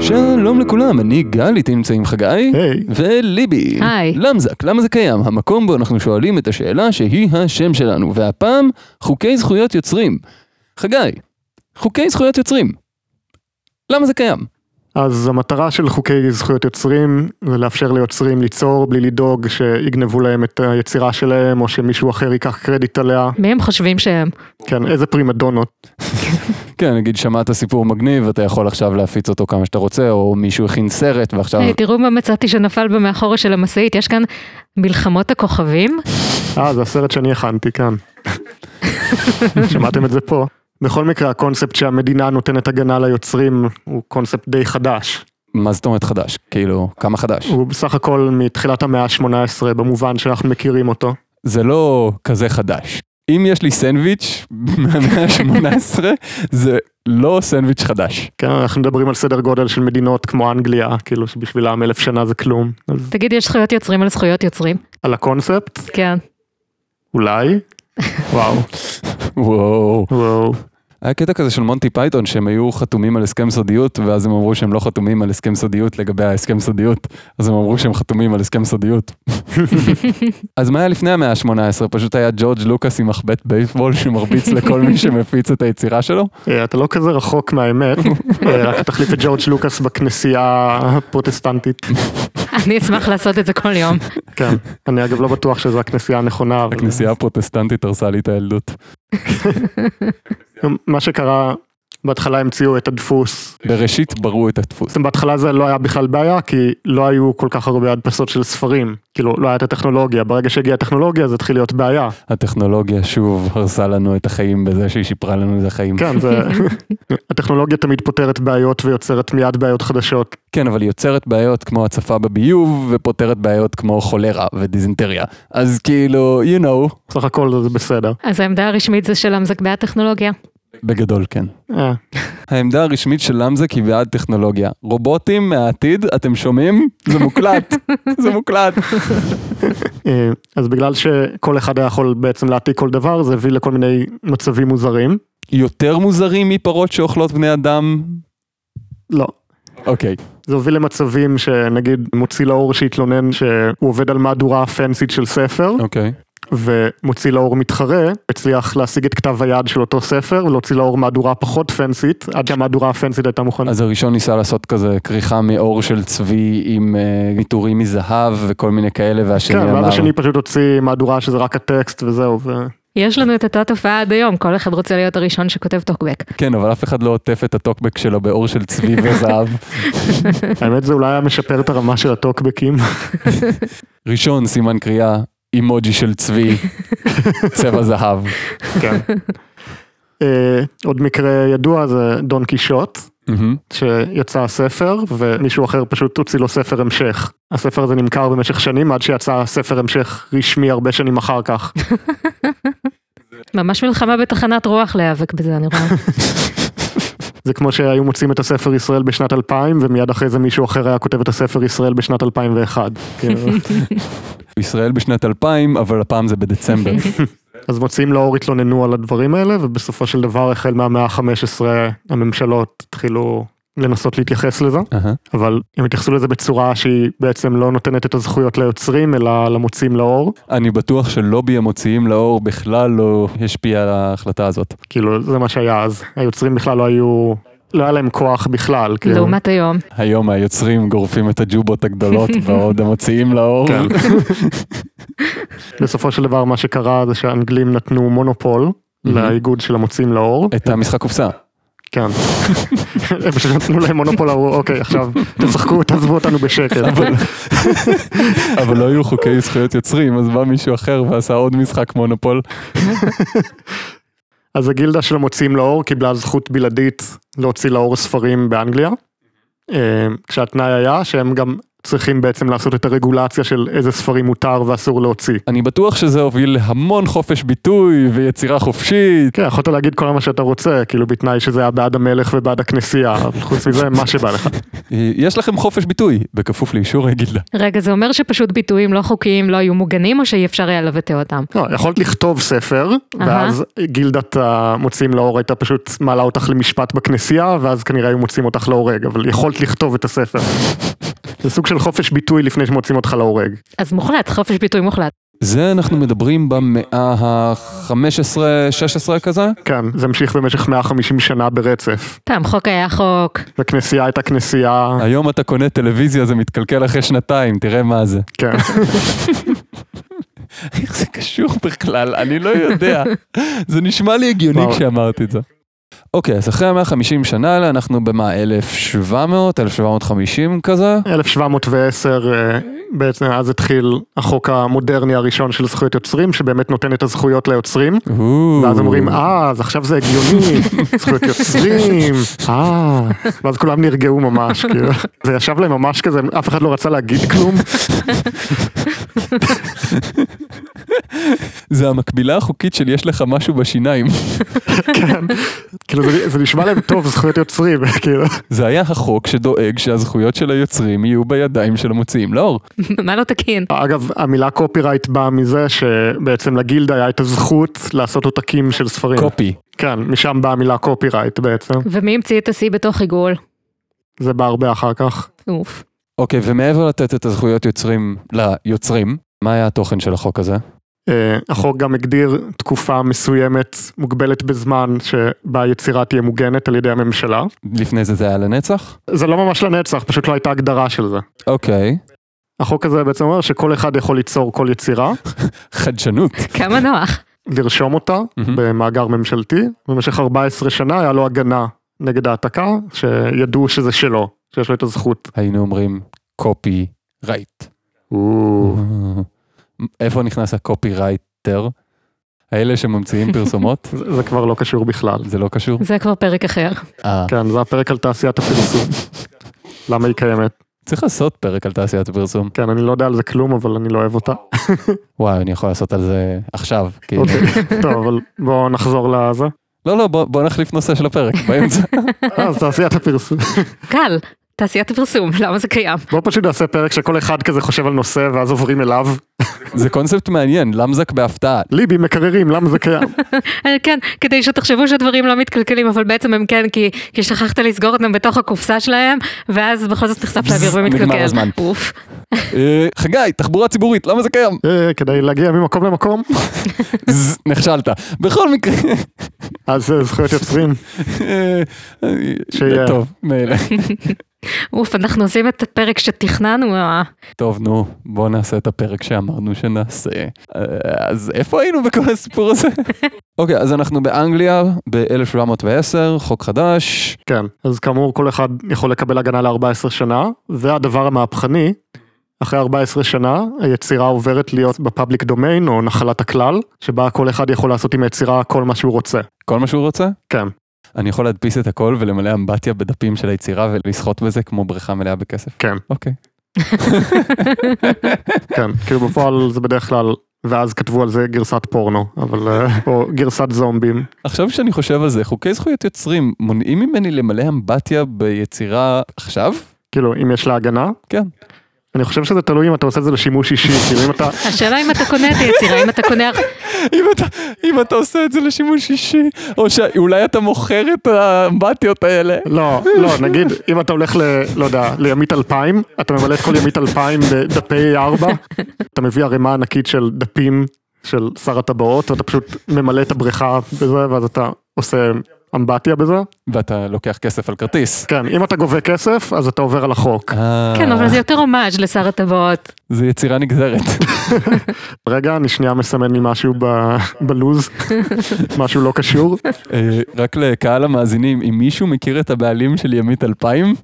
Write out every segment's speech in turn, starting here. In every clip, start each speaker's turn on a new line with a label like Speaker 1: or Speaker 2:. Speaker 1: שלום לכולם, אני גל, איתי נמצאים חגי
Speaker 2: היי.
Speaker 1: וליבי.
Speaker 3: היי.
Speaker 1: למזק, למה זה קיים? המקום בו אנחנו שואלים את השאלה שהיא השם שלנו, והפעם חוקי זכויות יוצרים. חגי, חוקי זכויות יוצרים. למה זה קיים?
Speaker 2: אז המטרה של חוקי זכויות יוצרים זה לאפשר ליוצרים ליצור בלי לדאוג שיגנבו להם את היצירה שלהם או שמישהו אחר ייקח קרדיט עליה.
Speaker 3: מי הם חושבים שהם?
Speaker 2: כן, איזה פרימדונות.
Speaker 1: כן, נגיד שמעת סיפור מגניב, אתה יכול עכשיו להפיץ אותו כמה שאתה רוצה, או מישהו הכין סרט ועכשיו...
Speaker 3: היי, תראו מה מצאתי שנפל במאחורה של המשאית, יש כאן מלחמות הכוכבים?
Speaker 2: אה, זה הסרט שאני הכנתי, כן. שמעתם את זה פה. בכל מקרה, הקונספט שהמדינה נותנת הגנה ליוצרים הוא קונספט די חדש.
Speaker 1: מה זאת אומרת חדש? כאילו, כמה חדש?
Speaker 2: הוא בסך הכל מתחילת המאה ה-18 במובן שאנחנו מכירים אותו.
Speaker 1: זה לא כזה חדש. אם יש לי סנדוויץ' מהמאה ה-18, זה לא סנדוויץ' חדש.
Speaker 2: כן, אנחנו מדברים על סדר גודל של מדינות כמו אנגליה, כאילו שבשבילם אלף שנה זה כלום. אז
Speaker 3: תגיד, יש זכויות יוצרים על זכויות יוצרים?
Speaker 2: על הקונספט,
Speaker 3: כן.
Speaker 2: אולי? וואו,
Speaker 1: וואו.
Speaker 2: וואו.
Speaker 1: היה קטע כזה של מונטי פייתון שהם היו חתומים על הסכם סודיות ואז הם אמרו שהם לא חתומים על הסכם סודיות לגבי ההסכם סודיות אז הם אמרו שהם חתומים על הסכם סודיות. אז מה היה לפני המאה ה-18 פשוט היה ג'ורג' לוקאס עם מחבט בייסבול שמרביץ לכל מי שמפיץ את היצירה שלו?
Speaker 2: אה, אתה לא כזה רחוק מהאמת, אה, רק תחליף את ג'ורג' לוקאס בכנסייה הפרוטסטנטית.
Speaker 3: אני אשמח לעשות את זה כל יום.
Speaker 2: כן, אני אגב לא בטוח שזו הכנסייה הנכונה, אבל
Speaker 1: הכנסייה הפרוטסטנטית הרסה לי את הילדות.
Speaker 2: מה שקרה, בהתחלה המציאו את הדפוס.
Speaker 1: בראשית ברו את הדפוס.
Speaker 2: בעצם בהתחלה זה לא היה בכלל בעיה, כי לא היו כל כך הרבה הדפסות של ספרים. כאילו, לא היה את הטכנולוגיה. ברגע שהגיעה הטכנולוגיה זה התחיל להיות בעיה.
Speaker 1: הטכנולוגיה שוב הרסה לנו את החיים בזה שהיא שיפרה לנו את החיים.
Speaker 2: כן, זה... הטכנולוגיה תמיד פותרת בעיות ויוצרת מיד בעיות חדשות.
Speaker 1: כן, אבל היא יוצרת בעיות כמו הצפה בביוב, ופותרת בעיות כמו חולרה ודיזנטריה. אז כאילו, you know,
Speaker 2: סך הכל זה בסדר.
Speaker 3: אז העמדה הרשמית זה של אמזק בעד טכנולוגיה.
Speaker 1: בגדול כן.
Speaker 2: אה,
Speaker 1: העמדה הרשמית של למזק היא בעד טכנולוגיה. רובוטים מהעתיד, אתם שומעים? זה מוקלט, זה מוקלט.
Speaker 2: אה, אז בגלל שכל אחד היה יכול בעצם להעתיק כל דבר, זה הביא לכל מיני מצבים מוזרים.
Speaker 1: יותר מוזרים מפרות שאוכלות בני אדם?
Speaker 2: לא.
Speaker 1: אוקיי.
Speaker 2: זה הוביל למצבים שנגיד מוציא לאור שהתלונן שהוא עובד על מהדורה פנסית של ספר,
Speaker 1: אוקיי.
Speaker 2: ומוציא לאור מתחרה, הצליח להשיג את כתב היד של אותו ספר ולהוציא לאור מהדורה פחות פנסית, עד שהמהדורה הפנסית הייתה מוכנה.
Speaker 1: אז הראשון ניסה לעשות כזה כריכה מעור של צבי עם אה, עיטורים מזהב וכל מיני כאלה, והשני
Speaker 2: כן, ואז
Speaker 1: אמר...
Speaker 2: השני פשוט הוציא מהדורה שזה רק הטקסט וזהו, ו...
Speaker 3: יש לנו את אותה תופעה עד היום, כל אחד רוצה להיות הראשון שכותב טוקבק.
Speaker 1: כן, אבל אף אחד לא עוטף את הטוקבק שלו בעור של צבי וזהב.
Speaker 2: האמת זה אולי היה משפר את הרמה של הטוקבקים.
Speaker 1: ראשון, סימן קריאה, אימוג'י של צבי, צבע זהב.
Speaker 2: כן. אה, עוד מקרה ידוע זה דון קישוט,
Speaker 1: מהמם.
Speaker 2: שיצא ספר ומישהו אחר פשוט הוציא לו ספר המשך. הספר הזה נמכר במשך שנים עד שיצא ספר המשך רשמי הרבה שנים אחר כך.
Speaker 3: ממש מלחמה בתחנת רוח להיאבק בזה, אני רואה.
Speaker 2: זה כמו שהיו מוצאים את הספר ישראל בשנת 2000 ומיד אחרי זה מישהו אחר היה כותב את הספר ישראל בשנת 2001. כאילו.
Speaker 1: ישראל בשנת 2000, אבל הפעם זה בדצמבר.
Speaker 2: אז מוציאים לאור התלוננו על הדברים האלה ובסופו של דבר החל מהמאה ה-15 הממשלות התחילו לנסות להתייחס לזה.
Speaker 1: אהה.
Speaker 2: אבל הם התייחסו לזה בצורה שהיא בעצם לא נותנת את הזכויות ליוצרים אלא למוצאים לאור.
Speaker 1: אני בטוח שלובי המוציאים לאור בכלל לא השפיע על ההחלטה הזאת.
Speaker 2: כאילו זה מה שהיה אז היוצרים בכלל לא היו לא היה להם כוח בכלל. כאילו.
Speaker 3: לעומת היום.
Speaker 1: היום היוצרים גורפים את הג'ובות הגדולות בעוד המוציאים לאור.
Speaker 2: כן. בסופו של דבר מה שקרה זה שהאנגלים נתנו מונופול לאיגוד של המוצאים לאור.
Speaker 1: את המשחק קופסה.
Speaker 2: כן. הם פשוט נתנו להם מונופול אמרו אוקיי עכשיו תשחקו תעזבו אותנו בשקט.
Speaker 1: אבל- אבל לא היו חוקי זכויות יוצרים, אז בא מישהו אחר ועשה עוד משחק מונופול.
Speaker 2: אז הגילדה של המוציאים לאור קיבלה זכות בלעדית להוציא לאור ספרים באנגליה. אה, כשהתנאי היה שהם גם צריכים בעצם לעשות את הרגולציה של איזה ספרים מותר ואסור להוציא.
Speaker 1: אני בטוח שזה הוביל להמון חופש ביטוי ויצירה חופשית.
Speaker 2: כן, יכולת להגיד כל מה שאתה רוצה, כאילו בתנאי שזה היה בעד המלך ובעד הכנסייה, אבל חוץ מזה, מה שבא לך.
Speaker 1: אה, יש לכם חופש ביטוי, בכפוף לאישור הגילדה.
Speaker 3: רגע, זה אומר שפשוט ביטויים לא חוקיים לא היו מוגנים, או שאי אפשר היה לבטא אותם?
Speaker 2: לא, יכולת לכתוב ספר, ואז גילדת המוציאים להורג, הייתה פשוט מעלה אותך למשפט בכנסייה, ואז כנראה היו מוציאים אותך להורג, אבל יכולת לכתוב את הספר. זה סוג של חופש ביטוי לפני שמוציאים אותך להורג.
Speaker 3: אז מוחלט, חופש ביטוי מוחלט.
Speaker 1: זה אנחנו מדברים במאה ה-15-16 כזה?
Speaker 2: כן, זה המשיך במשך 150 שנה ברצף.
Speaker 3: פעם חוק היה חוק.
Speaker 2: וכנסייה הייתה כנסייה,
Speaker 1: היום אתה קונה טלוויזיה, זה מתקלקל אחרי שנתיים, תראה מה זה.
Speaker 2: כן.
Speaker 1: איך זה קשור בכלל? אני לא יודע. זה נשמע לי הגיוני
Speaker 2: וואו.
Speaker 1: כשאמרתי את זה. אוקיי, אז אחרי ה-150 שנה האלה, אנחנו במה, 1700, 1750 כזה?
Speaker 2: 1710 אה, בעצם אז התחיל החוק המודרני הראשון של זכויות יוצרים שבאמת נותן את הזכויות ליוצרים ואז אומרים אה אז עכשיו זה הגיוני זכויות יוצרים אה ואז כולם נרגעו ממש כאילו זה ישב להם ממש כזה אף אחד לא רצה להגיד כלום
Speaker 1: זה המקבילה החוקית של יש לך משהו בשיניים.
Speaker 2: כאילו זה, זה נשמע להם טוב זכויות יוצרים כאילו
Speaker 1: זה היה החוק שדואג שהזכויות של היוצרים יהיו בידיים של המוציאים לאור.
Speaker 2: כן.
Speaker 3: מה לא תקין?
Speaker 2: אגב המילה קופירייט באה מזה שבעצם לגילדה היה את הזכות לעשות עותקים של ספרים
Speaker 1: קופי.
Speaker 2: כן משם באה המילה קופירייט בעצם
Speaker 3: ומי המציא את השיא בתוך עיגול?
Speaker 2: זה בא הרבה אחר כך.
Speaker 3: אוף.
Speaker 1: אוקיי, ומעבר לתת את הזכויות יוצרים ליוצרים, מה היה התוכן של החוק הזה?
Speaker 2: אה, החוק גם הגדיר תקופה מסוימת, מוגבלת בזמן, שבה היצירה תהיה מוגנת על ידי הממשלה.
Speaker 1: לפני זה זה היה לנצח?
Speaker 2: זה לא ממש לנצח, פשוט לא הייתה הגדרה של זה.
Speaker 1: אוקיי.
Speaker 2: החוק הזה בעצם אומר שכל אחד יכול ליצור כל יצירה,
Speaker 1: חדשנות.
Speaker 3: כמה נוח.
Speaker 2: לרשום אותה
Speaker 1: מהמם.
Speaker 2: במאגר ממשלתי, במשך 14 שנה היה לו הגנה נגד העתקה, שידעו שזה שלו, שיש לו את הזכות.
Speaker 1: היינו אומרים קופי רייט. איפה נכנס הקופי רייטר? האלה שממציאים פרסומות?
Speaker 2: זה זה כבר לא קשור בכלל.
Speaker 1: זה לא קשור?
Speaker 3: זה כבר פרק אחר.
Speaker 1: אה.
Speaker 2: כן, זה הפרק על תעשיית הפרסום. למה היא קיימת?
Speaker 1: צריך לעשות פרק על תעשיית הפרסום.
Speaker 2: כן, אני לא יודע על זה כלום, אבל אני לא אוהב אותה.
Speaker 1: וואי, אני יכול לעשות על זה עכשיו. כאילו.
Speaker 2: אוקיי, טוב, אבל בואו נחזור לזה.
Speaker 1: לא, לא, בוא בוא נחליף נושא של הפרק, באמצע.
Speaker 2: אה, אז תעשיית הפרסום.
Speaker 3: קל, תעשיית הפרסום, למה זה קיים?
Speaker 2: בוא פשוט נעשה פרק שכל אחד כזה חושב על נושא ואז עוברים אליו.
Speaker 1: זה קונספט מעניין, למזק בהפתעה.
Speaker 2: ליבי מקררים, למה זה קיים?
Speaker 3: אה, כן, כדי שתחשבו שהדברים לא מתקלקלים, אבל בעצם הם כן, כי, כי שכחת לסגור אותם בתוך הקופסה שלהם, ואז בכל זאת נחשף לאוויר ומתקלקל.
Speaker 1: נגמר הזמן.
Speaker 3: אוף.
Speaker 1: אה, חגי, תחבורה ציבורית, למה זה קיים?
Speaker 2: אה, כדי להגיע ממקום למקום,
Speaker 1: ז, נכשלת. בכל מקרה...
Speaker 2: אז אה, זכויות יוצרים.
Speaker 1: אה,
Speaker 2: שיהיה.
Speaker 1: טוב, מילא.
Speaker 3: אוף, אנחנו עושים את הפרק שתכננו, אה,
Speaker 1: טוב, נו, בוא נעשה את הפרק שאמרנו שנעשה. אה, אז איפה היינו בכל הסיפור הזה? אוקיי, אז אנחנו באנגליה ב-1710, חוק חדש.
Speaker 2: כן, אז כאמור כל אחד יכול לקבל הגנה ל-14 שנה, והדבר המהפכני, אחרי 14 שנה היצירה עוברת להיות בפאבליק דומיין או נחלת הכלל, שבה כל אחד יכול לעשות עם היצירה כל מה שהוא רוצה.
Speaker 1: כל מה שהוא רוצה?
Speaker 2: כן.
Speaker 1: אני יכול להדפיס את הכל ולמלא אמבטיה בדפים של היצירה ולסחוט בזה כמו בריכה מלאה בכסף?
Speaker 2: כן.
Speaker 1: אוקיי.
Speaker 2: כן, כאילו בפועל זה בדרך כלל, ואז כתבו על זה גרסת פורנו, אבל, אה, או גרסת זומבים.
Speaker 1: עכשיו שאני חושב על זה, חוקי זכויות יוצרים מונעים ממני למלא אמבטיה ביצירה עכשיו?
Speaker 2: כאילו, אם יש לה הגנה?
Speaker 1: כן.
Speaker 2: אני חושב שזה תלוי אם אתה עושה את זה לשימוש אישי, כאילו אם אתה,
Speaker 3: השאלה אם אתה קונה את היצירה, אם אתה קונה...
Speaker 1: אם אתה, אם אתה עושה את זה לשימוש אישי, או שאולי אתה מוכר את האמבטיות האלה.
Speaker 2: לא, לא, נגיד, אם אתה הולך ל... לא יודע, לימית אלפיים, אתה ממלא את כל ימית אלפיים בדפי ארבע, אתה מביא ערימה ענקית של דפים של שר הטבעות, ואתה פשוט ממלא את הבריכה בזה, ואז אתה עושה אמבטיה בזה.
Speaker 1: ואתה לוקח כסף על כרטיס.
Speaker 2: כן, אם אתה גובה כסף, אז אתה עובר על החוק.
Speaker 1: אה.
Speaker 3: כן, אבל זה יותר הומאז' לשר הטבעות.
Speaker 1: זה יצירה נגזרת.
Speaker 2: רגע, אני שנייה מסמן לי משהו ב... בלוז, משהו לא קשור.
Speaker 1: אה, רק לקהל המאזינים, אם מישהו מכיר את הבעלים של ימית 2000,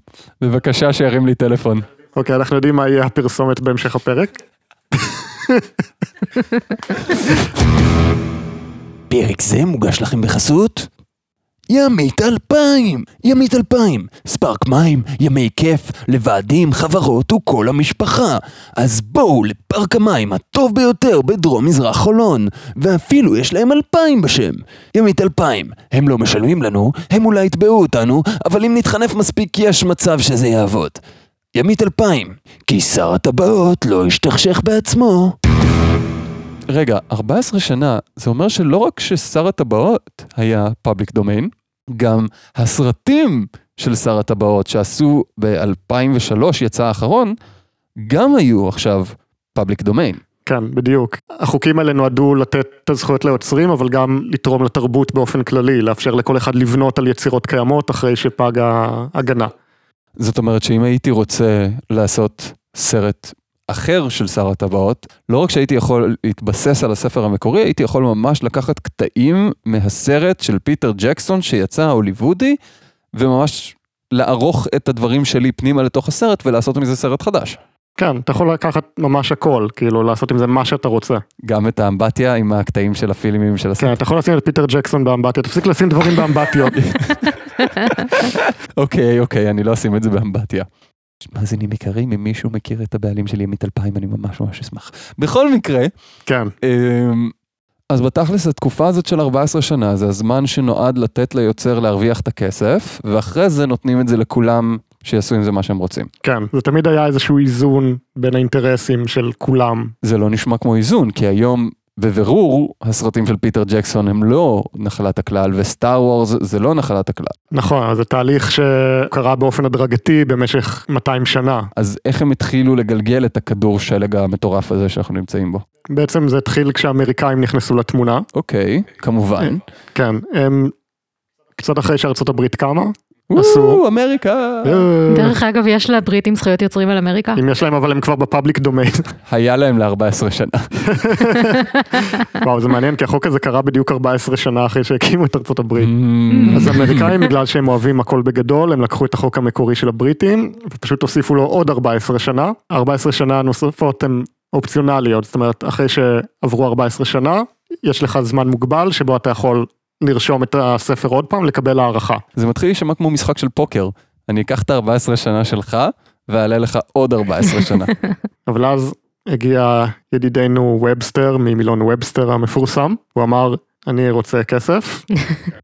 Speaker 1: בבקשה שירים לי טלפון.
Speaker 2: אוקיי, אנחנו יודעים מה יהיה הפרסומת בהמשך הפרק.
Speaker 4: פרק זה מוגש לכם בחסות
Speaker 1: ימית 2000! ימית 2000! ספרק מים, ימי כיף, לוועדים, חברות וכל המשפחה. אז בואו לפארק המים הטוב ביותר בדרום מזרח חולון, ואפילו יש להם 2000 בשם. ימית 2000, הם לא משלמים לנו, הם אולי יתבעו אותנו, אבל אם נתחנף מספיק יש מצב שזה יעבוד. ימית 2000, כי שר הטבעות לא השתכשך בעצמו. רגע, 14 שנה, זה אומר שלא רק ששר הטבעות היה פאבליק דומיין, גם הסרטים של שר הטבעות שעשו ב-2003, יצא האחרון, גם היו עכשיו פאבליק דומיין.
Speaker 2: כן, בדיוק. החוקים האלה נועדו לתת את הזכויות ליוצרים, אבל גם לתרום לתרבות באופן כללי, לאפשר לכל אחד לבנות על יצירות קיימות אחרי שפג ההגנה.
Speaker 1: זאת אומרת שאם הייתי רוצה לעשות סרט אחר של שר הטבעות, לא רק שהייתי יכול להתבסס על הספר המקורי, הייתי יכול ממש לקחת קטעים מהסרט של פיטר ג'קסון שיצא ההוליוודי, וממש לערוך את הדברים שלי פנימה לתוך הסרט ולעשות מזה סרט חדש.
Speaker 2: כן, אתה יכול לקחת ממש הכל, כאילו לעשות עם זה מה שאתה רוצה.
Speaker 1: גם את האמבטיה עם הקטעים של הפילימים של הסרט.
Speaker 2: כן, אתה יכול לשים את פיטר ג'קסון באמבטיה, תפסיק לשים דברים באמבטיות.
Speaker 1: אוקיי, אוקיי, אני לא אשים את זה באמבטיה. מאזינים יקרים, אם מישהו מכיר את הבעלים של ימית 2000, אני ממש ממש אשמח. בכל מקרה,
Speaker 2: כן.
Speaker 1: אמ, אז בתכלס התקופה הזאת של 14 שנה זה הזמן שנועד לתת ליוצר להרוויח את הכסף, ואחרי זה נותנים את זה לכולם שיעשו עם זה מה שהם רוצים.
Speaker 2: כן, זה תמיד היה איזשהו איזון בין האינטרסים של כולם.
Speaker 1: זה לא נשמע כמו איזון, כי היום בבירור הסרטים של פיטר ג'קסון הם לא נחלת הכלל, וסטאר וורס זה לא נחלת הכלל.
Speaker 2: נכון, זה תהליך שקרה באופן הדרגתי במשך 200 שנה.
Speaker 1: אז איך הם התחילו לגלגל את הכדור שלג המטורף הזה שאנחנו נמצאים בו?
Speaker 2: בעצם זה התחיל כשהאמריקאים נכנסו לתמונה.
Speaker 1: אוקיי, כמובן.
Speaker 2: כן, הם קצת אחרי שארצות הברית קמה.
Speaker 1: וואו,
Speaker 2: עשו-
Speaker 1: אמריקה.
Speaker 2: כן.
Speaker 3: אה, דרך אגב, יש לבריטים זכויות יוצרים על אמריקה?
Speaker 2: אם יש להם אבל הם כבר בפאבליק דומיין.
Speaker 1: היה להם ל-14 שנה.
Speaker 2: וואו זה מעניין כי החוק הזה קרה בדיוק 14 שנה אחרי שהקימו את ארצות הברית.
Speaker 1: Mm.
Speaker 2: אז האמריקאים בגלל שהם אוהבים הכל בגדול הם לקחו את החוק המקורי של הבריטים ופשוט הוסיפו לו עוד 14 שנה 14 שנה נוספות הן אופציונליות זאת אומרת אחרי שעברו 14 שנה יש לך זמן מוגבל שבו אתה יכול לרשום את הספר עוד פעם לקבל הערכה.
Speaker 1: זה מתחיל להישמע כמו משחק של פוקר. אני אקח את ה-14 שנה שלך, ואעלה לך עוד 14 שנה.
Speaker 2: אבל אז הגיע ידידנו ובסטר ממילון ובסטר המפורסם, הוא אמר, אני רוצה כסף,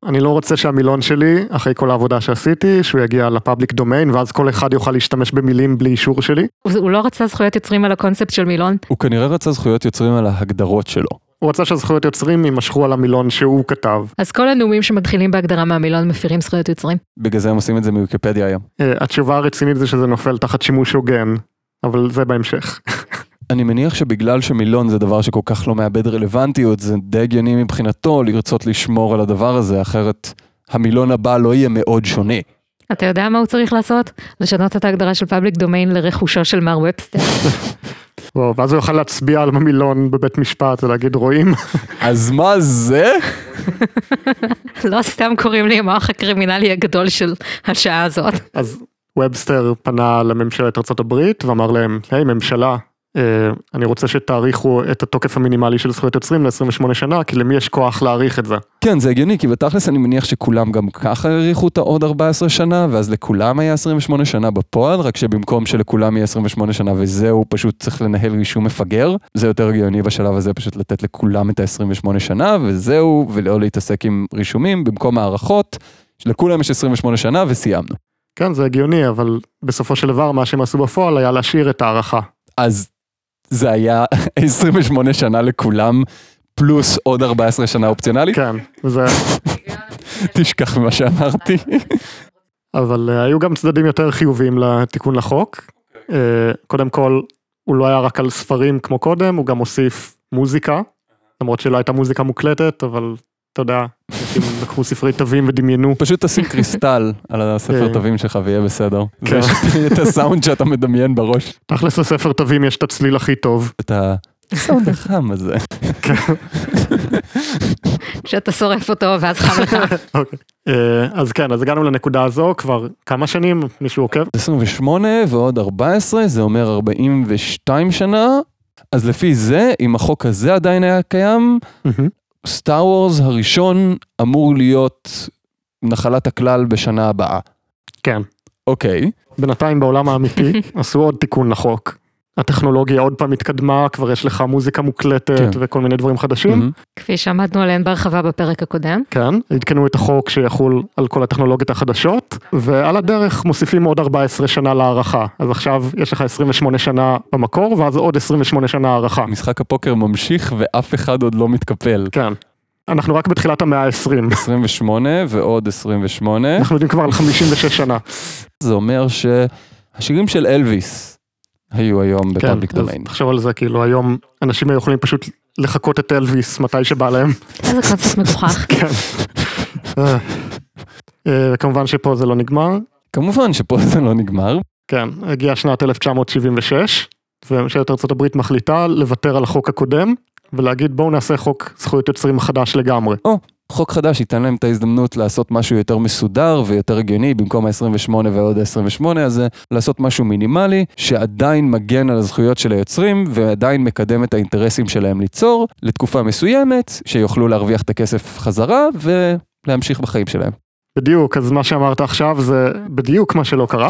Speaker 2: אני לא רוצה שהמילון שלי, אחרי כל העבודה שעשיתי, שהוא יגיע לפאבליק דומיין, ואז כל אחד יוכל להשתמש במילים בלי אישור שלי.
Speaker 3: הוא- הוא לא רצה זכויות יוצרים על הקונספט של מילון?
Speaker 1: הוא כנראה רצה זכויות יוצרים על ההגדרות שלו.
Speaker 2: הוא רצה שהזכויות יוצרים יימשכו על המילון שהוא כתב.
Speaker 3: אז כל הנאומים שמתחילים בהגדרה מהמילון מפירים זכויות יוצרים.
Speaker 1: בגלל זה הם עושים את זה מוויקיפדיה היום.
Speaker 2: אה, התשובה הרצינית זה שזה נופל תחת שימוש הוגן, אבל זה בהמשך.
Speaker 1: אני מניח שבגלל שמילון זה דבר שכל כך לא מאבד רלוונטיות, זה די הגיוני מבחינתו לרצות לשמור על הדבר הזה, אחרת המילון הבא לא יהיה מאוד שונה.
Speaker 3: אתה יודע מה הוא צריך לעשות? לשנות את ההגדרה של פאבליק דומיין לרכושו של מר ובסטר.
Speaker 2: וואו, ואז הוא יוכל להצביע על המילון בבית משפט ולהגיד, רואים?
Speaker 1: אז מה זה?
Speaker 3: לא סתם קוראים לי המוח הקרימינלי הגדול של השעה הזאת.
Speaker 2: אז ובסטר פנה לממשלת ארה"ב ואמר להם, היי ממשלה, אה, אני רוצה שתאריכו את התוקף המינימלי של זכויות יוצרים ל-28 שנה, כי למי יש כוח להאריך את זה?
Speaker 1: כן, זה הגיוני, כי בתכלס אני מניח שכולם גם ככה האריכו את העוד 14 שנה, ואז לכולם היה 28 שנה בפועל, רק שבמקום שלכולם יהיה 28 שנה וזהו, פשוט צריך לנהל רישום מפגר. זה יותר הגיוני בשלב הזה, פשוט לתת לכולם את ה-28 שנה, וזהו, ולא להתעסק עם רישומים, במקום הערכות, לכולם יש 28 שנה וסיימנו.
Speaker 2: כן, זה הגיוני, אבל בסופו של דבר מה שהם עשו בפועל היה להשאיר את ההארכה.
Speaker 1: אז זה היה 28 שנה לכולם, פלוס עוד 14 שנה אופציונלית,
Speaker 2: כן, וזה...
Speaker 1: תשכח ממה שאמרתי.
Speaker 2: אבל אה, היו גם צדדים יותר חיוביים לתיקון לחוק. אה, קודם כל, הוא לא היה רק על ספרים כמו קודם, הוא גם הוסיף מוזיקה, למרות שלא הייתה מוזיקה מוקלטת, אבל אתה יודע, אנשים לקחו ספרי תווים ודמיינו.
Speaker 1: פשוט תשים קריסטל על הספר
Speaker 2: כן.
Speaker 1: תווים שלך ויהיה בסדר. זה
Speaker 2: כן.
Speaker 1: ישפיע את הסאונד שאתה מדמיין בראש.
Speaker 2: תכלס לספר תווים יש את הצליל הכי טוב.
Speaker 1: את הסאונד החם הזה.
Speaker 3: שאתה שורף אותו ואז חם לך.
Speaker 2: אה, אז כן, אז הגענו לנקודה הזו כבר כמה שנים, מישהו עוקב?
Speaker 1: 28 ועוד 14, זה אומר 42 שנה. אז לפי זה, אם החוק הזה עדיין היה קיים, סטאר וורס הראשון אמור להיות נחלת הכלל בשנה הבאה.
Speaker 2: כן.
Speaker 1: אוקיי,
Speaker 2: בינתיים בעולם האמיתי עשו עוד תיקון לחוק. הטכנולוגיה עוד פעם התקדמה, כבר יש לך מוזיקה מוקלטת
Speaker 1: כן.
Speaker 2: וכל מיני דברים חדשים.
Speaker 1: מהמם.
Speaker 3: כפי שעמדנו עליהן בהרחבה בפרק הקודם.
Speaker 2: כן, עדכנו את החוק שיחול על כל הטכנולוגיות החדשות, ועל הדרך מוסיפים עוד 14 שנה להערכה. אז עכשיו יש לך 28 שנה במקור, ואז עוד 28 שנה הערכה.
Speaker 1: משחק הפוקר ממשיך ואף אחד עוד לא מתקפל.
Speaker 2: כן. אנחנו רק בתחילת המאה
Speaker 1: אוקיי.
Speaker 2: ה-20.
Speaker 1: 28 ועוד 28,
Speaker 2: אנחנו יודעים כבר על 56 שנה.
Speaker 1: זה אומר שהשירים של אלוויס היו היום בפאבליק
Speaker 2: כן, אז
Speaker 1: דומיין.
Speaker 2: תחשוב על זה, כאילו היום אנשים היו יכולים פשוט לחקות את אלוויס מתי שבא להם.
Speaker 3: איזה קונספט מגוחך.
Speaker 2: כן. אה. אה, כמובן שפה זה לא נגמר.
Speaker 1: כמובן שפה זה לא נגמר,
Speaker 2: כן, הגיעה שנת 1976, וממשלת ארה"ב מחליטה לוותר על החוק הקודם, ולהגיד בואו נעשה חוק זכויות יוצרים חדש לגמרי.
Speaker 1: חוק חדש ייתן להם את ההזדמנות לעשות משהו יותר מסודר ויותר הגיוני, במקום ה-28 ועוד ה-28 הזה, לעשות משהו מינימלי, שעדיין מגן על הזכויות של היוצרים, ועדיין מקדם את האינטרסים שלהם ליצור, לתקופה מסוימת, שיוכלו להרוויח את הכסף חזרה, ולהמשיך בחיים שלהם.
Speaker 2: בדיוק, אז מה שאמרת עכשיו זה בדיוק מה שלא קרה.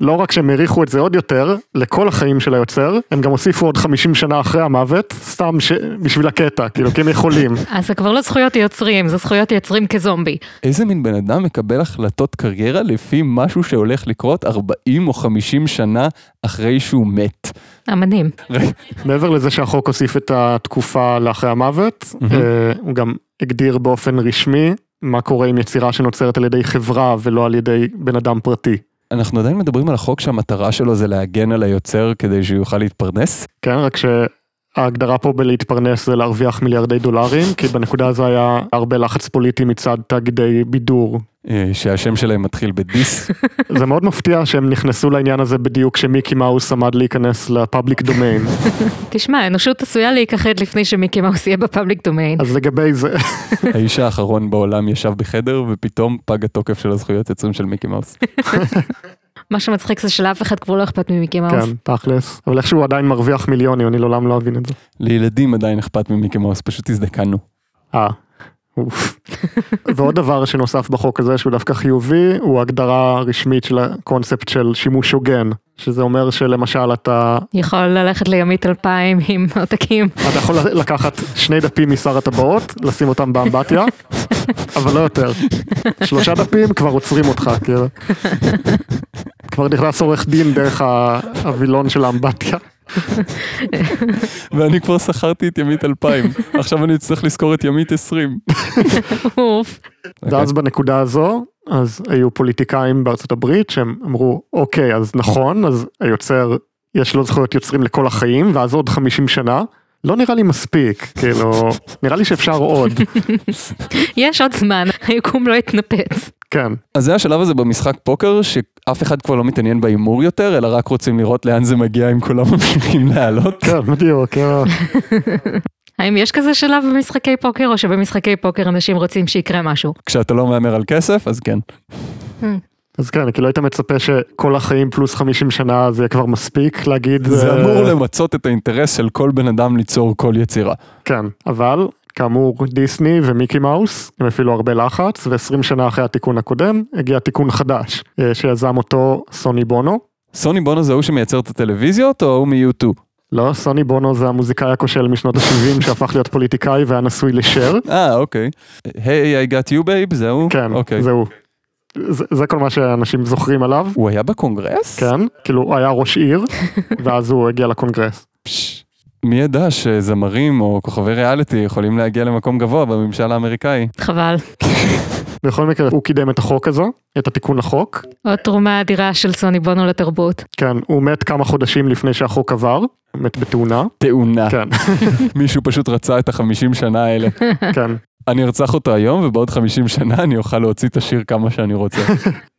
Speaker 2: לא רק שהם האריכו את זה עוד יותר, לכל החיים של היוצר, הם גם הוסיפו עוד 50 שנה אחרי המוות, סתם ש... בשביל הקטע, כאילו, כי הם יכולים.
Speaker 3: אז זה כבר לא זכויות יוצרים, זה זכויות יוצרים כזומבי.
Speaker 1: איזה מין בן אדם מקבל החלטות קריירה לפי משהו שהולך לקרות 40 או 50 שנה אחרי שהוא מת?
Speaker 3: אמנים.
Speaker 2: מעבר לזה שהחוק הוסיף את התקופה לאחרי המוות,
Speaker 1: מהמם.
Speaker 2: אה, הוא גם הגדיר באופן רשמי מה קורה עם יצירה שנוצרת על ידי חברה ולא על ידי בן אדם פרטי.
Speaker 1: אנחנו עדיין מדברים על החוק שהמטרה שלו זה להגן על היוצר כדי שהוא יוכל להתפרנס?
Speaker 2: כן, רק שההגדרה פה בלהתפרנס זה להרוויח מיליארדי דולרים, כי בנקודה הזו היה הרבה לחץ פוליטי מצד תאגידי בידור.
Speaker 1: אה, שהשם שלהם מתחיל בדיס.
Speaker 2: זה מאוד מפתיע שהם נכנסו לעניין הזה בדיוק כשמיקי מאוס עמד להיכנס לפאבליק דומיין.
Speaker 3: תשמע, האנושות עשויה להיכחד לפני שמיקי מאוס יהיה בפאבליק דומיין.
Speaker 2: אז לגבי זה,
Speaker 1: האיש האחרון בעולם ישב בחדר, ופתאום פג התוקף של הזכויות יוצרים של מיקי מאוס.
Speaker 3: מה שמצחיק זה שלאף אחד כבר לא אכפת ממיקי מאוס.
Speaker 2: כן, תכלס. אבל איכשהו הוא עדיין מרוויח מיליונים, אני לעולם לא אבין את זה.
Speaker 1: לילדים עדיין אכפת ממיקי מאוס, פשוט הזדקנו.
Speaker 2: אה, אוף. ועוד דבר שנוסף בחוק הזה שהוא דווקא חיובי הוא הגדרה רשמית של הקונספט של שימוש הוגן שזה אומר שלמשל אתה
Speaker 3: יכול ללכת לימית 2000 עם עותקים.
Speaker 2: אתה יכול לקחת שני דפים משר הטבעות לשים אותם באמבטיה אבל לא יותר שלושה דפים כבר עוצרים אותך כאילו. כבר נכנס עורך דין דרך הווילון של האמבטיה
Speaker 1: ואני כבר שכרתי את ימית 2000, עכשיו אני אצטרך לזכור את ימית אוקיי? 20.
Speaker 3: אוף.
Speaker 2: ואז בנקודה הזו, אז היו פוליטיקאים בארצות הברית שהם אמרו, אוקיי, אז נכון, אז היוצר, יש לו זכויות יוצרים לכל החיים, ואז עוד 50 שנה. לא נראה לי מספיק, כאילו, נראה לי שאפשר עוד,
Speaker 3: יש עוד זמן, היקום לא יתנפץ.
Speaker 2: כן.
Speaker 1: אז זה השלב הזה במשחק פוקר, שאף אחד כבר לא מתעניין בהימור יותר, אלא רק רוצים לראות לאן זה מגיע אם כולם ממשיכים לעלות.
Speaker 2: כן, בדיוק, כאילו,
Speaker 3: האם יש כזה שלב במשחקי פוקר, או שבמשחקי פוקר אנשים רוצים שיקרה משהו?
Speaker 1: כשאתה לא מהמר על כסף, אז כן.
Speaker 2: אז כן, כאילו היית מצפה שכל החיים פלוס 50 שנה זה יהיה כבר מספיק להגיד,
Speaker 1: זה
Speaker 2: אה,
Speaker 1: אמור למצות את האינטרס של כל בן אדם ליצור כל יצירה.
Speaker 2: כן, אבל כאמור דיסני ומיקי מאוס הם הפעילו הרבה לחץ, ו-20 שנה אחרי התיקון הקודם הגיע תיקון חדש, אה, שיזם אותו סוני בונו,
Speaker 1: סוני בונו זה ההוא שמייצר את הטלוויזיות, או ההוא מ-U2?
Speaker 2: לא, סוני בונו זה המוזיקאי הכושל משנות ה-70 שהפך להיות פוליטיקאי והיה נשוי לשר.
Speaker 1: אה, אוקיי. היי, I got you babe, זהו?
Speaker 2: כן,
Speaker 1: אוקיי.
Speaker 2: זהו. זה, זה כל מה שאנשים זוכרים עליו.
Speaker 1: הוא היה בקונגרס?
Speaker 2: כן, כאילו הוא היה ראש עיר, ואז הוא הגיע לקונגרס.
Speaker 1: פש, מי ידע שזמרים או כוכבי ריאליטי יכולים להגיע למקום גבוה בממשל
Speaker 2: כן.
Speaker 1: האמריקאי?
Speaker 3: חבל.
Speaker 2: בכל מקרה, הוא קידם את החוק הזו, את התיקון לחוק.
Speaker 3: עוד תרומה אדירה של סוני בונו לתרבות.
Speaker 2: כן, הוא מת כמה חודשים לפני שהחוק עבר, הוא מת בתאונה.
Speaker 1: תאונה.
Speaker 2: כן,
Speaker 1: מישהו פשוט רצה את החמישים שנה האלה.
Speaker 2: כן,
Speaker 1: אני ארצח אותו היום, ובעוד חמישים שנה אני אוכל להוציא את השיר כמה שאני רוצה.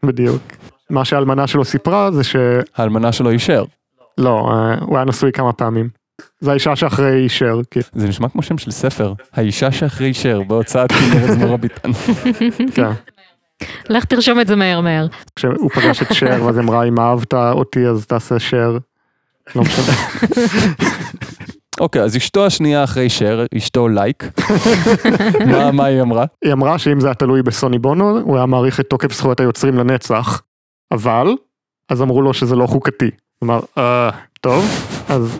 Speaker 2: בדיוק. מה שהאלמנה שלו סיפרה זה ש...
Speaker 1: האלמנה שלו אישר.
Speaker 2: לא, אה, הוא היה נשוי כמה פעמים. זו האישה שאחרי שר, כי-
Speaker 1: זה נשמע כמו שם של ספר. האישה שאחרי אישר, בהוצאת כנרת זמורה ביטן.
Speaker 2: כן.
Speaker 3: לך תרשום את זה מהר מהר.
Speaker 2: כשהוא פגש את שר ואז היא אמרה אם אהבת אותי אז תעשה שר. לא משנה.
Speaker 1: אוקיי, אז אשתו השנייה אחרי שר, אשתו לייק. מה- מה היא אמרה?
Speaker 2: היא אמרה שאם זה היה תלוי בסוני בונו, הוא היה מאריך את תוקף זכויות היוצרים לנצח, אבל, אז אמרו לו שזה לא חוקתי. כלומר, אה, טוב, אז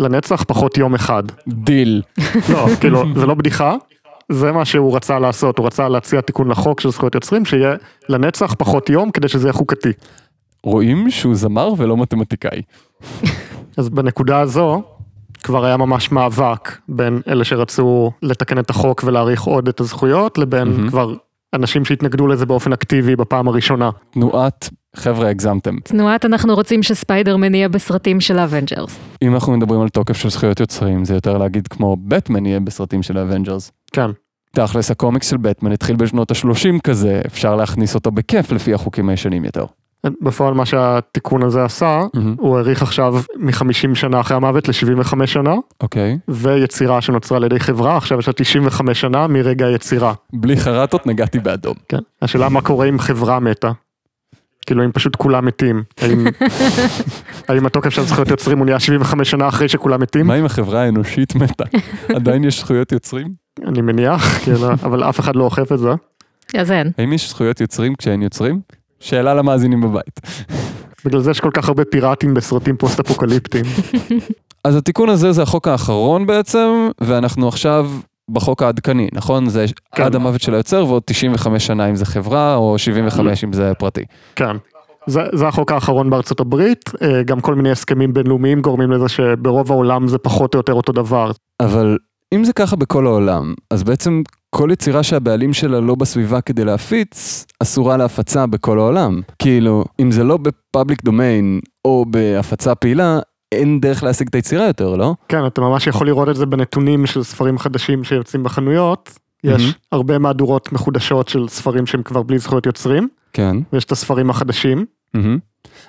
Speaker 2: לנצח פחות יום אחד.
Speaker 1: דיל.
Speaker 2: לא, כאילו, זה לא בדיחה, זה מה שהוא רצה לעשות, הוא רצה להציע תיקון לחוק של זכויות יוצרים, שיהיה לנצח פחות יום כדי שזה יהיה חוקתי.
Speaker 1: רואים שהוא זמר ולא מתמטיקאי.
Speaker 2: אז בנקודה הזו, כבר היה ממש מאבק בין אלה שרצו לתקן את החוק ולהאריך עוד את הזכויות, לבין
Speaker 1: מהמם.
Speaker 2: כבר אנשים שהתנגדו לזה באופן אקטיבי בפעם הראשונה.
Speaker 1: תנועת, חבר'ה, הגזמתם.
Speaker 3: תנועת אנחנו רוצים שספיידרמן יהיה בסרטים של אבנג'רס.
Speaker 1: אם אנחנו מדברים על תוקף של זכויות יוצרים, זה יותר להגיד כמו בטמן יהיה בסרטים של האבנג'רס.
Speaker 2: כן.
Speaker 1: תכלס הקומיקס של בטמן התחיל בשנות ה-30 כזה, אפשר להכניס אותו בכיף לפי החוקים הישנים יותר.
Speaker 2: בפועל מה שהתיקון הזה עשה, הוא האריך עכשיו מ-50 שנה אחרי המוות ל-75 שנה,
Speaker 1: אוקיי.
Speaker 2: ויצירה שנוצרה על ידי חברה, עכשיו יש לה 95 שנה מרגע היצירה.
Speaker 1: בלי חרטות נגעתי באדום.
Speaker 2: כן. השאלה מה קורה אם חברה מתה. כאילו אם פשוט כולם מתים, האם, האם התוקף של זכויות יוצרים הוא נהיה 75 שנה אחרי שכולם מתים?
Speaker 1: מה אם החברה האנושית מתה? עדיין יש זכויות יוצרים?
Speaker 2: אני מניח, כאילו, אבל אף אחד לא אוכף את זה.
Speaker 3: אז אין.
Speaker 1: האם יש זכויות יוצרים כשאין יוצרים? שאלה למאזינים בבית.
Speaker 2: בגלל זה יש כל כך הרבה פיראטים בסרטים פוסט אפוקליפטיים.
Speaker 1: אז התיקון הזה זה החוק האחרון בעצם, ואנחנו עכשיו בחוק העדכני, נכון? זה
Speaker 2: כן.
Speaker 1: עד המוות של היוצר ועוד 95 שנה אם זה חברה, או 75 אם זה פרטי.
Speaker 2: כן. זה, זה החוק האחרון בארצות הברית, אה, גם כל מיני הסכמים בינלאומיים גורמים לזה שברוב העולם זה פחות או יותר אותו דבר.
Speaker 1: אבל אם זה ככה בכל העולם, אז בעצם כל יצירה שהבעלים שלה לא בסביבה כדי להפיץ, אסורה להפצה בכל העולם. כאילו, אם זה לא בפאבליק דומיין או בהפצה פעילה, אין דרך להשיג את היצירה יותר, לא?
Speaker 2: כן, אתה ממש יכול לראות את זה בנתונים של ספרים חדשים שיוצאים בחנויות.
Speaker 1: מהמם.
Speaker 2: יש הרבה מהדורות מחודשות של ספרים שהם כבר בלי זכויות יוצרים,
Speaker 1: כן.
Speaker 2: ויש את הספרים החדשים.
Speaker 1: מהמם.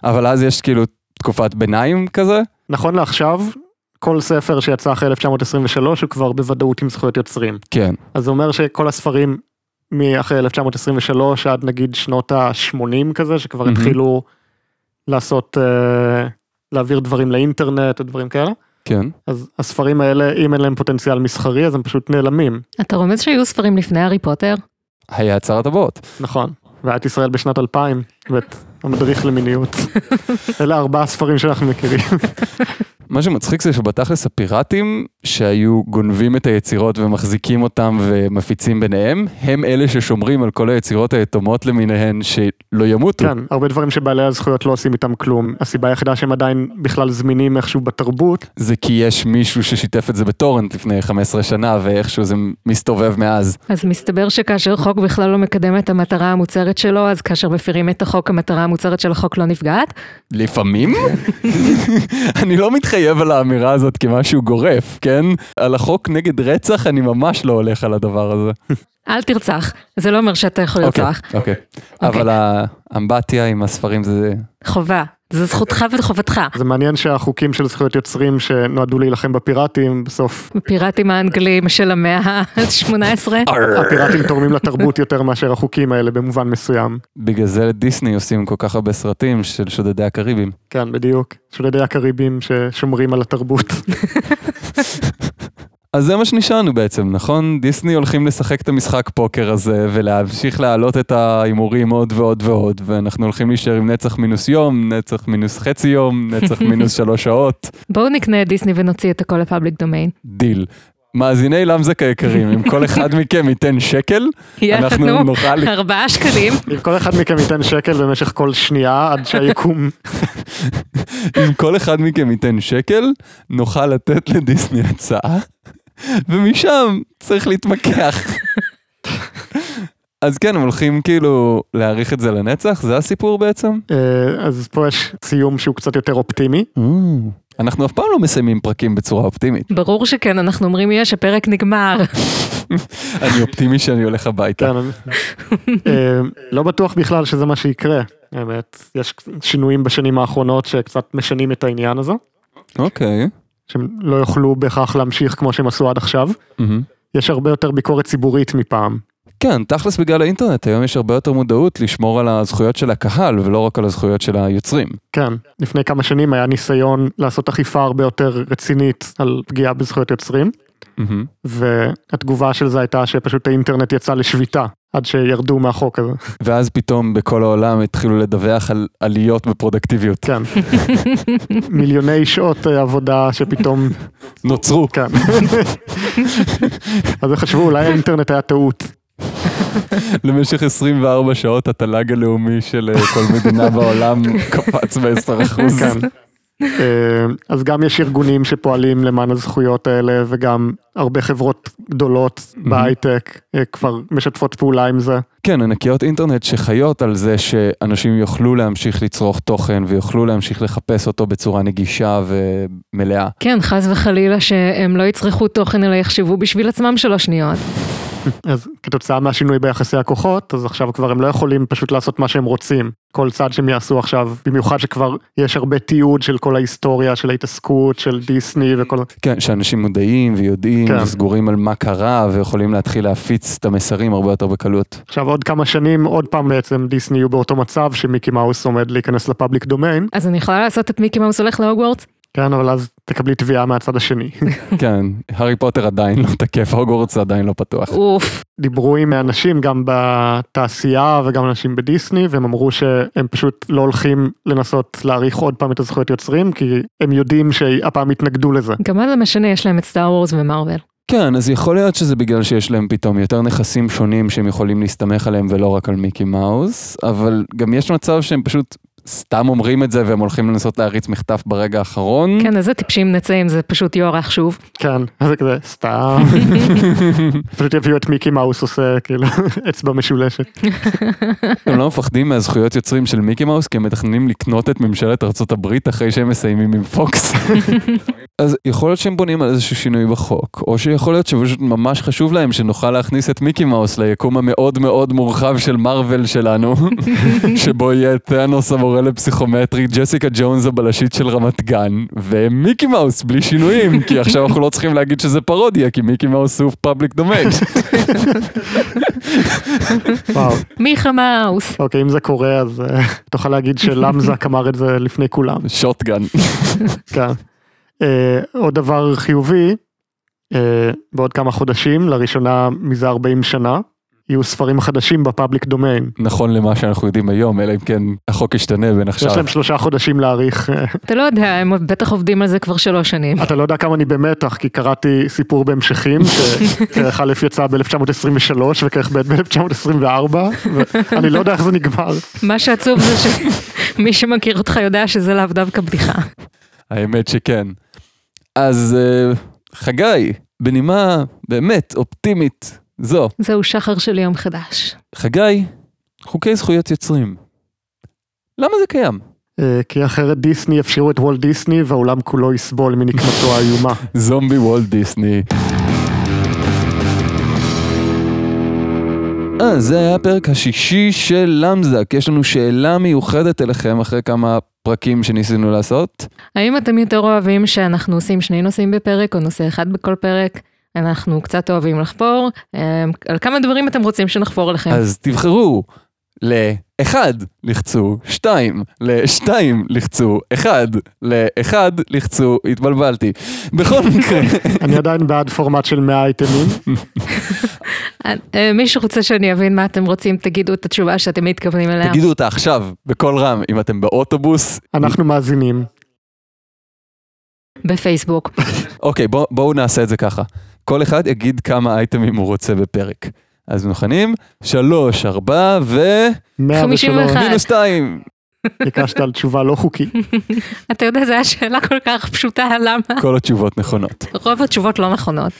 Speaker 1: אבל אז יש כאילו תקופת ביניים כזה?
Speaker 2: נכון לעכשיו, כל ספר שיצא אחרי 1923 הוא כבר בוודאות עם זכויות יוצרים.
Speaker 1: כן.
Speaker 2: אז זה אומר שכל הספרים מאחרי 1923 עד נגיד שנות ה-80 כזה, שכבר
Speaker 1: מהמם.
Speaker 2: התחילו לעשות, אה, להעביר דברים לאינטרנט ודברים כאלה,
Speaker 1: כן.
Speaker 2: אז הספרים האלה, אם אין להם פוטנציאל מסחרי, אז הם פשוט נעלמים,
Speaker 3: אתה רומז שהיו ספרים לפני הארי פוטר?
Speaker 1: היה הצהרת הבאות.
Speaker 2: נכון. ואת ישראל בשנת 2000, ואת המדריך למיניות. אלה ארבעה הספרים שאנחנו מכירים.
Speaker 1: מה שמצחיק זה שבתכלס הפיראטים שהיו גונבים את היצירות ומחזיקים אותם ומפיצים ביניהם, הם אלה ששומרים על כל היצירות היתומות למיניהן שלא ימותו.
Speaker 2: כן, הרבה דברים שבעלי הזכויות לא עושים איתם כלום. הסיבה היחידה שהם עדיין בכלל זמינים איכשהו בתרבות,
Speaker 1: זה כי יש מישהו ששיתף את זה בטורנט לפני 15 שנה ואיכשהו זה מסתובב מאז.
Speaker 3: אז מסתבר שכאשר חוק בכלל לא מקדם את המטרה המוצהרת שלו, אז כאשר מפירים את החוק, המטרה המוצהרת של החוק לא נפגעת?
Speaker 1: לפעמים? אני לא מתחייב על האמירה הזאת כמשהו גורף, כן? על החוק נגד רצח אני ממש לא הולך על הדבר הזה.
Speaker 3: אל תרצח. זה לא אומר שאתה יכול
Speaker 1: אוקיי,
Speaker 3: לרצוח.
Speaker 1: אוקיי. אבל האמבטיה עם הספרים זה...
Speaker 3: חובה. זו זכותך וחובתך.
Speaker 2: זה מעניין שהחוקים של זכויות יוצרים שנועדו להילחם בפיראטים, בסוף
Speaker 3: הפיראטים האנגלים של המאה ה-18.
Speaker 2: הפיראטים תורמים לתרבות יותר מאשר החוקים האלה במובן מסוים.
Speaker 1: בגלל זה לדיסני עושים כל כך הרבה סרטים של שודדי הקריבים.
Speaker 2: כן, בדיוק. שודדי הקריבים ששומרים על התרבות.
Speaker 1: אז זה מה שנשארנו בעצם, נכון? דיסני הולכים לשחק את המשחק פוקר הזה ולהמשיך להעלות את ההימורים עוד ועוד ועוד, ואנחנו הולכים להישאר עם נצח מינוס יום, נצח מינוס חצי יום, נצח מינוס שלוש שעות,
Speaker 3: בואו נקנה את דיסני ונוציא את הכל לפאבליק דומיין.
Speaker 1: דיל. מאזיני למזק היקרים, אם כל אחד מכם ייתן שקל,
Speaker 3: יאללה,
Speaker 1: אנחנו
Speaker 3: נו,
Speaker 1: נוכל...
Speaker 3: ארבעה שקלים.
Speaker 2: אם כל אחד מכם ייתן שקל במשך כל שנייה עד שהיקום,
Speaker 1: אם כל אחד מכם ייתן שקל, נוכל לתת לדיסני הצעה, ומשם צריך להתמקח. אז כן, הם הולכים כאילו להאריך את זה לנצח, זה הסיפור בעצם?
Speaker 2: אה, אז פה יש סיום שהוא קצת יותר אופטימי.
Speaker 1: אנחנו אף פעם לא מסיימים פרקים בצורה אופטימית.
Speaker 3: ברור שכן, אנחנו אומרים יש, הפרק נגמר.
Speaker 1: אני אופטימי שאני הולך הביתה.
Speaker 2: כן, אה, לא בטוח בכלל שזה מה שיקרה. האמת, יש שינויים בשנים האחרונות שקצת משנים את העניין הזה,
Speaker 1: אוקיי.
Speaker 2: שהם לא יוכלו בהכרח להמשיך כמו שהם עשו עד עכשיו.
Speaker 1: מהמם.
Speaker 2: יש הרבה יותר ביקורת ציבורית מפעם.
Speaker 1: כן, תכלס בגלל האינטרנט, היום יש הרבה יותר מודעות לשמור על הזכויות של הקהל ולא רק על הזכויות של היוצרים.
Speaker 2: כן, לפני כמה שנים היה ניסיון לעשות אכיפה הרבה יותר רצינית על פגיעה בזכויות יוצרים,
Speaker 1: מהמם.
Speaker 2: והתגובה של זה הייתה שפשוט האינטרנט יצא לשביתה עד שירדו מהחוק הזה.
Speaker 1: ואז פתאום בכל העולם התחילו לדווח על עליות בפרודקטיביות.
Speaker 2: כן. מיליוני שעות אה, עבודה שפתאום,
Speaker 1: נוצרו.
Speaker 2: כן. אז הם חשבו אולי האינטרנט היה טעות.
Speaker 1: למשך 24 שעות התל"ג הלאומי של אה, כל מדינה בעולם קפץ ב-10%.
Speaker 2: כן. אה, אז גם יש ארגונים שפועלים למען הזכויות האלה וגם הרבה חברות גדולות בהייטק אה, כבר משתפות פעולה עם זה.
Speaker 1: כן, ענקיות אינטרנט שחיות על זה שאנשים יוכלו להמשיך לצרוך תוכן ויוכלו להמשיך לחפש אותו בצורה נגישה ומלאה.
Speaker 3: כן, חס וחלילה שהם לא יצרכו תוכן אלא יחשבו בשביל עצמם שלוש שניות.
Speaker 2: אז כתוצאה מהשינוי ביחסי הכוחות אז עכשיו כבר הם לא יכולים פשוט לעשות מה שהם רוצים. כל צעד שהם יעשו עכשיו במיוחד שכבר יש הרבה תיעוד של כל ההיסטוריה של ההתעסקות של דיסני וכל
Speaker 1: כן, שאנשים מודעים ויודעים
Speaker 2: כן.
Speaker 1: וסגורים על מה קרה ויכולים להתחיל להפיץ את המסרים הרבה יותר בקלות.
Speaker 2: עכשיו עוד כמה שנים עוד פעם בעצם דיסני יהיו באותו מצב שמיקי מאוס עומד להיכנס לפאבליק דומיין
Speaker 3: אז אני יכולה לעשות את מיקי מאוס הולך להוגוורטס?
Speaker 2: כן אבל אז תקבלי תביעה מהצד השני.
Speaker 1: כן, הארי פוטר עדיין לא תקף, הוגוורטס עדיין לא פתוח.
Speaker 3: אוף.
Speaker 2: דיברו עם אנשים גם בתעשייה וגם אנשים בדיסני והם אמרו שהם פשוט לא הולכים לנסות להעריך עוד פעם את הזכויות יוצרים כי הם יודעים שהפעם יתנגדו לזה.
Speaker 3: גם מה זה משנה, יש להם את סטאר וורס ומרוויל.
Speaker 1: כן, אז יכול להיות שזה בגלל שיש להם פתאום יותר נכסים שונים שהם יכולים להסתמך עליהם ולא רק על מיקי מאוס, אבל גם יש מצב שהם פשוט סתם אומרים את זה והם הולכים לנסות להריץ מחטף ברגע האחרון.
Speaker 3: כן, אז זה טיפשים נצאים, זה פשוט יוארך שוב.
Speaker 2: כן, אז זה כזה סתם. פשוט יביאו את מיקי מאוס עושה כאילו אצבע משולשת.
Speaker 1: הם לא מפחדים מהזכויות יוצרים של מיקי מאוס, כי הם מתכננים לקנות את ממשלת ארצות הברית אחרי שהם מסיימים עם פוקס. אז יכול להיות שהם בונים על איזשהו שינוי בחוק, או שיכול להיות שפשוט ממש חשוב להם שנוכל להכניס את מיקי מאוס ליקום המאוד מאוד מורחב של מארוול שלנו, שבו יהיה טאנוס המורה לפסיכומטרי, ג'סיקה ג'ונס הבלשית של רמת גן, ומיקי מאוס בלי שינויים, כי עכשיו אנחנו לא צריכים להגיד שזה פרודיה, כי מיקי מאוס הוא פאבליק דומיין.
Speaker 2: וואו.
Speaker 3: מיכה מאוס.
Speaker 2: אוקיי אם זה קורה אז אה, תוכל להגיד שלמזק אמר את זה לפני כולם.
Speaker 1: שוטגן.
Speaker 2: כן. אה, עוד דבר חיובי, אה, בעוד כמה חודשים, לראשונה מזה 40 שנה, יהיו ספרים חדשים בפאבליק דומיין.
Speaker 1: נכון למה שאנחנו יודעים היום, אלא אם כן החוק ישתנה בין עכשיו.
Speaker 2: יש להם שלושה חודשים להעריך. אה,
Speaker 3: אתה לא יודע, הם בטח עובדים על זה כבר שלוש שנים.
Speaker 2: אתה לא יודע כמה אני במתח, כי קראתי סיפור בהמשכים, שכרך א' יצא ב-1923 וכרך ב' ב-1924, ואני לא יודע איך זה נגמר.
Speaker 3: מה שעצוב זה שמי שמכיר אותך יודע שזה לאו דווקא בדיחה.
Speaker 1: האמת שכן. אז אה, חגי, בנימה באמת אופטימית זו,
Speaker 3: זהו שחר של יום חדש.
Speaker 1: חגי, חוקי זכויות יוצרים. למה זה קיים?
Speaker 2: אה, כי אחרת דיסני יפשירו את וולט דיסני והעולם כולו יסבול מנקמתו האיומה.
Speaker 1: זומבי וולט דיסני. אה, זה היה הפרק השישי של למזק. יש לנו שאלה מיוחדת אליכם אחרי כמה פרקים שניסינו לעשות.
Speaker 3: האם אתם יותר אוהבים שאנחנו עושים שני נושאים בפרק או נושא אחד בכל פרק? אנחנו קצת אוהבים לחפור. אה, על כמה דברים אתם רוצים שנחפור לכם?
Speaker 1: אז תבחרו ל-1 לחצו 2, ל-2 לחצו 1, ל-1 לחצו התבלבלתי. בכל מקרה,
Speaker 2: אני עדיין בעד פורמט של 100 אייטמים.
Speaker 3: אה, מי שרוצה שאני אבין מה אתם רוצים, תגידו את התשובה שאתם מתכוונים אליה.
Speaker 1: תגידו אותה עכשיו בקול רם, אם אתם באוטובוס.
Speaker 2: אנחנו מאזינים.
Speaker 3: בפייסבוק.
Speaker 1: אוקיי, בוא- בואו נעשה את זה ככה. כל אחד יגיד כמה אייטמים הוא רוצה בפרק. אז מוכנים? 3, 4 ו...
Speaker 2: 103.
Speaker 3: 51.
Speaker 1: מינוס 2.
Speaker 2: ביקשת על תשובה לא חוקית.
Speaker 3: אתה יודע, זו הייתה שאלה כל כך פשוטה, למה?
Speaker 1: כל התשובות נכונות.
Speaker 3: רוב התשובות לא נכונות.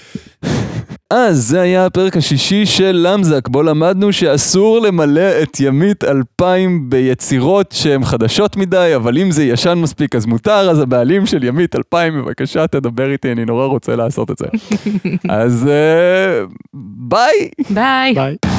Speaker 1: אז זה היה הפרק השישי של למזק, בו למדנו שאסור למלא את ימית 2000 ביצירות שהן חדשות מדי, אבל אם זה ישן מספיק אז מותר, אז הבעלים של ימית 2000, בבקשה תדבר איתי, אני נורא רוצה לעשות את זה. אז אה, ביי!
Speaker 3: ביי.
Speaker 2: ביי.